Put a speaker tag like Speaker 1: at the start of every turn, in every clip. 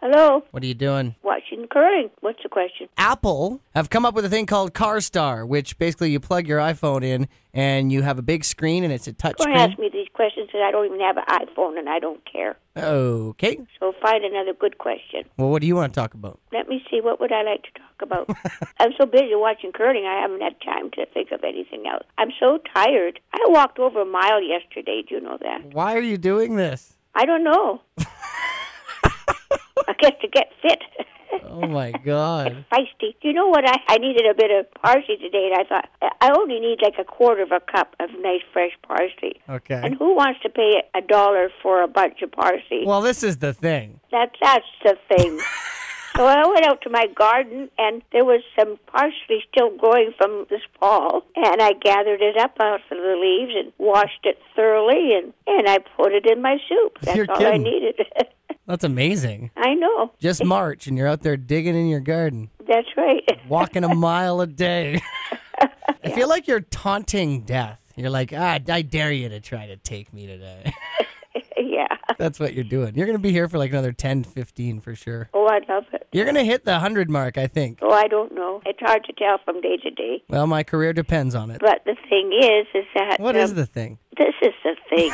Speaker 1: Hello.
Speaker 2: What are you doing?
Speaker 1: Watching curling. What's the question?
Speaker 2: Apple have come up with a thing called CarStar, which basically you plug your iPhone in and you have a big screen and it's a touch
Speaker 1: Don't
Speaker 2: screen.
Speaker 1: ask me these questions because I don't even have an iPhone and I don't care.
Speaker 2: Okay.
Speaker 1: So find another good question.
Speaker 2: Well, what do you want to talk about?
Speaker 1: Let me see. What would I like to talk about? I'm so busy watching curling, I haven't had time to think of anything else. I'm so tired. I walked over a mile yesterday. Do you know that?
Speaker 2: Why are you doing this?
Speaker 1: I don't know. I guess to get fit.
Speaker 2: Oh my god.
Speaker 1: Feisty. You know what? I, I needed a bit of parsley today, and I thought I- I only need like a quarter of a cup of nice fresh parsley. And
Speaker 2: Okay.
Speaker 1: who wants to pay a dollar for a bunch of parsley?
Speaker 2: Well, this is the thing.
Speaker 1: That that's the thing. so I went out to my garden, and there was some parsley still growing from this fall, and I gathered it up out of the leaves and washed it thoroughly, and and I put it in my soup. That's
Speaker 2: You're
Speaker 1: all I
Speaker 2: kidding.
Speaker 1: needed.
Speaker 2: That's amazing.
Speaker 1: I know.
Speaker 2: Just March and you're out there digging in your garden,
Speaker 1: That's right.
Speaker 2: walking a mile a day. I feel like you're taunting death. You're like, ah, I dare you to try to take me today.
Speaker 1: yeah.
Speaker 2: That's what you're doing. You're going to be here for like another 10, 15 for sure.
Speaker 1: Oh, I love it.
Speaker 2: You're going to hit the 100 mark, I think.
Speaker 1: Oh, I don't know. It's hard to tell from day to day.
Speaker 2: Well, my career depends on it.
Speaker 1: But the thing is, is that
Speaker 2: What
Speaker 1: um,
Speaker 2: is the thing?
Speaker 1: This is the thing.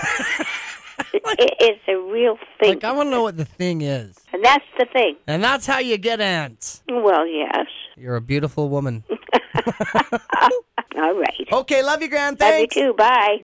Speaker 1: it is a real thing,
Speaker 2: Like, I want to know what the thing is.
Speaker 1: and that's the thing.
Speaker 2: And that's how you get ants.
Speaker 1: Well, yes.
Speaker 2: You're a beautiful woman.
Speaker 1: All right.
Speaker 2: Okay, love you, Grand.
Speaker 1: Love you
Speaker 2: Oh, Thanks.
Speaker 1: too. Bye.